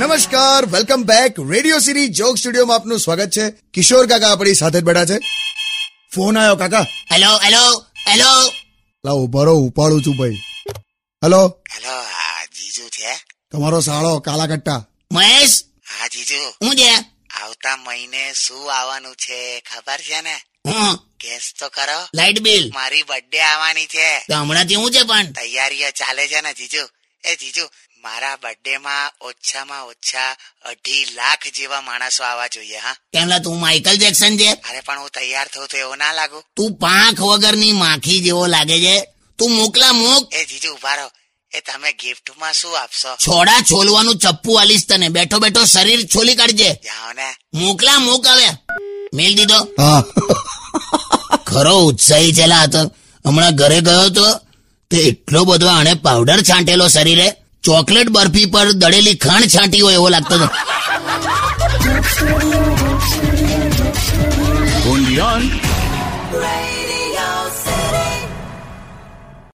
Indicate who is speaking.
Speaker 1: નમસ્કાર welcome back Radio City joke સ્ટુડિયોમાં આપનું સ્વાગત છે કિશોર કાકા આપણી સાથે જ બેઠા છે ફોન આવ્યો કાકા
Speaker 2: હેલો હેલો હેલો
Speaker 1: લાવ ઉભો રહો ઉપાડું છું ભાઈ હેલો
Speaker 3: હેલો હા જીજુ છે
Speaker 1: તમારો સાળો કાલા કટ્ટા
Speaker 2: મહેશ
Speaker 3: હા જીજુ
Speaker 2: હું છે
Speaker 3: આવતા મહિને શું આવવાનું છે ખબર છે ને
Speaker 2: હું
Speaker 3: કેસ તો કરો
Speaker 2: લાઇટ બિલ
Speaker 3: મારી બર્થડે આવવાની છે
Speaker 2: તો હમણાંથી હું છે પણ
Speaker 3: તૈયારીઓ ચાલે છે ને જીજુ એ જીજુ મારા બર્થડે માં ઓછામાં ઓછા અઢી લાખ જેવા માણસો આવવા જોઈએ હા
Speaker 2: કેમ લા તું માઇકલ જેક્સન છે
Speaker 3: અરે પણ હું તૈયાર થઉં તો એવું ના લાગુ
Speaker 2: તું પાંખ વગરની માખી જેવો લાગે છે તું મોકલા મોક
Speaker 3: એ જીજુ ઉભા રહો એ તમે ગિફ્ટમાં શું આપશો
Speaker 2: છોડા છોલવાનું ચપ્પુ આલીશ તને બેઠો બેઠો શરીર છોલી કાઢજે
Speaker 3: જાઓ ને
Speaker 2: મોકલા મોક હવે મેલ દીધો
Speaker 1: હા
Speaker 2: ખરો ઉત્સાહી છે લા આ તો હમણાં ઘરે ગયો તો તે એટલો બધો આણે પાવડર છાંટેલો શરીરે ચોકલેટ બરફી પર દળેલી ખાંડ છાંટી હોય એવો લાગતો હતો
Speaker 4: Undian.
Speaker 5: Radio